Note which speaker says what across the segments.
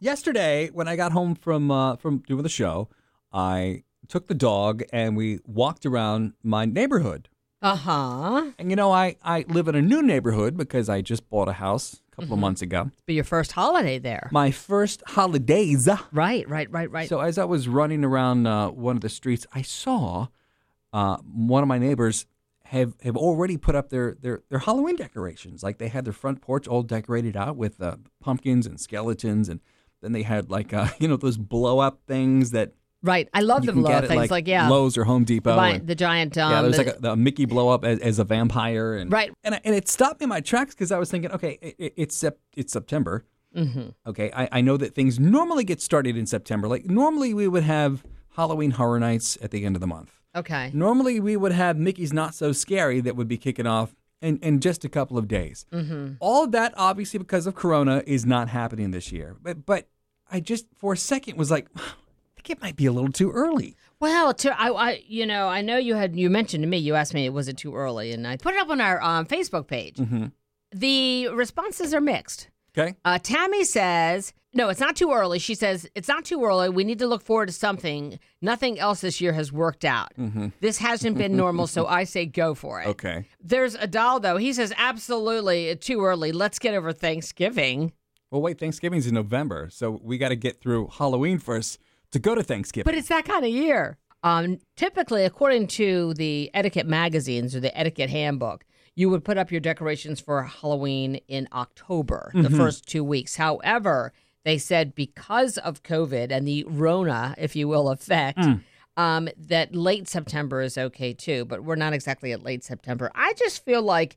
Speaker 1: Yesterday, when I got home from uh, from doing the show, I took the dog and we walked around my neighborhood.
Speaker 2: Uh huh.
Speaker 1: And you know, I I live in a new neighborhood because I just bought a house a couple of months ago.
Speaker 2: Be Mm-hmm. your first holiday there.
Speaker 1: My first holidays.
Speaker 2: Right, right, right, right.
Speaker 1: So as I was running around uh, one of the streets, I saw uh, one of my neighbors have have already put up their their their Halloween decorations. Like they had their front porch all decorated out with uh, pumpkins and skeletons, and then they had like uh, you know those blow up things that
Speaker 2: right. I love
Speaker 1: you
Speaker 2: the
Speaker 1: can
Speaker 2: blow
Speaker 1: get
Speaker 2: up
Speaker 1: at,
Speaker 2: things. Like, yeah,
Speaker 1: Lowe's or Home
Speaker 2: the,
Speaker 1: Depot.
Speaker 2: vi-
Speaker 1: and-
Speaker 2: the giant. Um,
Speaker 1: yeah, there's
Speaker 2: the-
Speaker 1: like a, a Mickey blow up as, as a vampire, and
Speaker 2: Right.
Speaker 1: and I- and it stopped me in my tracks because I was thinking, okay, it, it, it's sep- it's September.
Speaker 2: Mm-hmm.
Speaker 1: Okay, I, I know that things normally get started in September. Like normally we would have Halloween Horror Nights at the end of the month.
Speaker 2: okay.
Speaker 1: Normally, we would have Mickey's Not So Scary that would be kicking off in, in just a couple of days.
Speaker 2: Mm-hmm.
Speaker 1: All of that, obviously, because of Corona, is not happening this year. But, but I just, for a second, was like, I think it might be a little too early.
Speaker 2: Well, to, I, I, you know, I know you had you mentioned to me. You asked me, was it too early? And I put it up on our um, Facebook page. The responses are mixed.
Speaker 1: Okay.
Speaker 2: Uh, Tammy says, no, it's not too early. She says, it's not too early. We need to look forward to something. Nothing else this year has worked out. This hasn't been normal, so I say go for it.
Speaker 1: Okay.
Speaker 2: There's a doll, though. He says, absolutely, it's too early. Let's get over Thanksgiving.
Speaker 1: Well, wait, Thanksgiving's in November. So we got to get through Halloween first to go to Thanksgiving.
Speaker 2: But it's that kind of year. Um, typically, according to the etiquette magazines or the etiquette handbook, you would put up your decorations for Halloween in October, the first two weeks. However, they said because of COVID and the Rona, if you will, effect, um, that late September is okay too. But we're not exactly at late September. I just feel like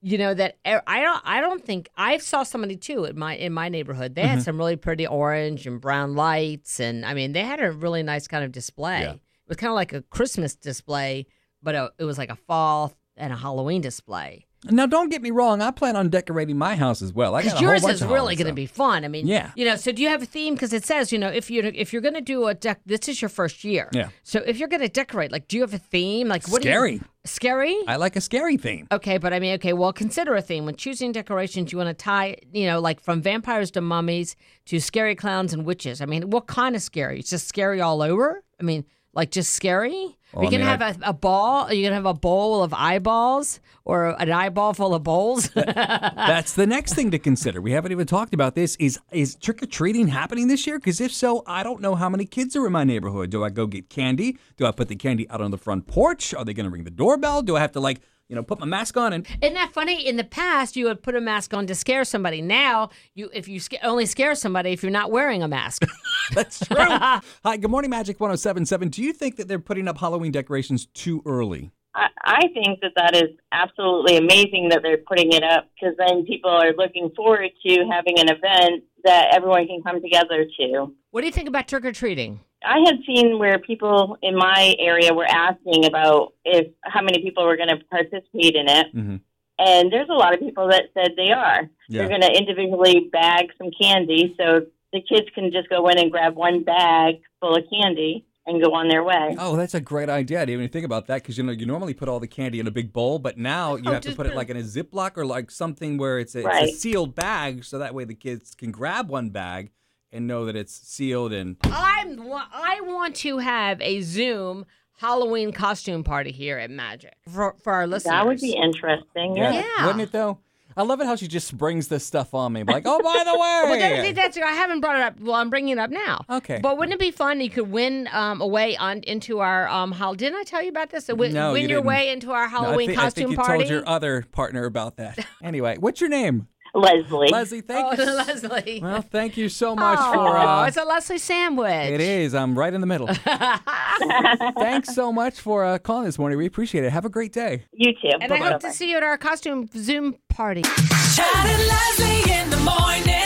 Speaker 2: you know that e- I don't. I don't think I saw somebody too in my in my neighborhood. They
Speaker 1: Mm-hmm.
Speaker 2: had some really pretty orange and brown lights, and I mean they had a really nice kind of display.
Speaker 1: Yeah.
Speaker 2: It was kind of like a Christmas display, but a, it was like a fall and a Halloween display.
Speaker 1: now, don't get me wrong. I plan on decorating my house as well. I got
Speaker 2: Because
Speaker 1: a whole
Speaker 2: yours
Speaker 1: bunch
Speaker 2: is
Speaker 1: of
Speaker 2: really
Speaker 1: Halloween
Speaker 2: going to
Speaker 1: stuff.
Speaker 2: be fun. I mean,
Speaker 1: Yeah.
Speaker 2: You know, so do you have a theme? Because it says, you know, if you if you're going to do a dec, this is your first year.
Speaker 1: Yeah.
Speaker 2: So if you're going to decorate, like, do you have a theme? Like, what? do you-
Speaker 1: Scary.
Speaker 2: scary.
Speaker 1: I like a scary theme.
Speaker 2: Okay, but I mean, okay, well, consider a theme. When choosing decorations, you want to tie, you know, like from vampires to mummies to scary clowns and witches. I mean, what kind of scary? It's just scary all over? I mean, like just scary?
Speaker 1: Well,
Speaker 2: are
Speaker 1: I
Speaker 2: you
Speaker 1: mean,
Speaker 2: going to have a, a ball? Are you going to have a bowl of eyeballs or an eyeball full of bowls?
Speaker 1: That's the next thing to consider. We haven't even talked about this. Is is trick or treating happening this year? Because if so, I don't know how many kids are in my neighborhood. Do I go get candy? Do I put the candy out on the front porch? Are they going to ring the doorbell? Do I have to like you know put my mask on and
Speaker 2: Isn't that funny? In the past, you would put a mask on to scare somebody. Now, you if you sca- only scare somebody if you're not wearing a mask.
Speaker 1: that's true. Hi, good morning, Magic 1077. Do you think that they're putting up Halloween decorations too early?
Speaker 3: I, I think that that is absolutely amazing that they're putting it up because then people are looking forward to having an event that everyone can come together to.
Speaker 2: what do you think about trick or treating?
Speaker 3: I had seen where people in my area were asking about if how many people were going to participate in it,
Speaker 1: Mhm.
Speaker 3: and there's a lot of people that said they are.
Speaker 1: Yeah.
Speaker 3: They're going to individually bag some candy, so the kids can just go in and grab one bag full of candy and go on their way.
Speaker 1: Oh, that's a great idea. I didn't even think about that because you know you normally put all the candy in a big bowl, but now you
Speaker 2: Oh,
Speaker 1: have to
Speaker 2: just
Speaker 1: put
Speaker 2: put
Speaker 1: it
Speaker 2: it-
Speaker 1: like in a Ziploc or like something where it's a, it's a
Speaker 3: Right.
Speaker 1: sealed bag, so that way the kids can grab one bag and know that it's sealed. And
Speaker 2: I'm wa- I want to have a Zoom Halloween costume party here at Magic for, for our listeners.
Speaker 3: That would be interesting.
Speaker 2: Yeah.
Speaker 1: wouldn't it though? I love it how she just springs this stuff on me, like, oh, by the way,
Speaker 2: But then I think that's I haven't brought it up. Well, I'm bringing it up now.
Speaker 1: Okay.
Speaker 2: But wouldn't it be fun? You could win um, a way on into our um. Hall- Didn't I tell you about this? So win,
Speaker 1: No,
Speaker 2: win
Speaker 1: you
Speaker 2: your
Speaker 1: didn't.
Speaker 2: way into our
Speaker 1: No, I
Speaker 2: Halloween
Speaker 1: thi- I
Speaker 2: costume
Speaker 1: think you
Speaker 2: party.
Speaker 1: told your uh, other partner about that. Anyway, what's your name?
Speaker 3: Leslie.
Speaker 1: Leslie.
Speaker 2: oh,
Speaker 1: Thank you.
Speaker 2: Leslie.
Speaker 1: Well, thank you so much
Speaker 2: oh,
Speaker 1: for. Uh,
Speaker 2: it's a Leslie sandwich.
Speaker 1: It is. I'm right in the middle. Thanks so much for uh, calling this morning. We appreciate it. Have a great day.
Speaker 3: You too.
Speaker 2: And I
Speaker 3: Bye-bye.
Speaker 2: hope to see you at our costume Zoom party.
Speaker 4: Chad and Leslie in the morning. oh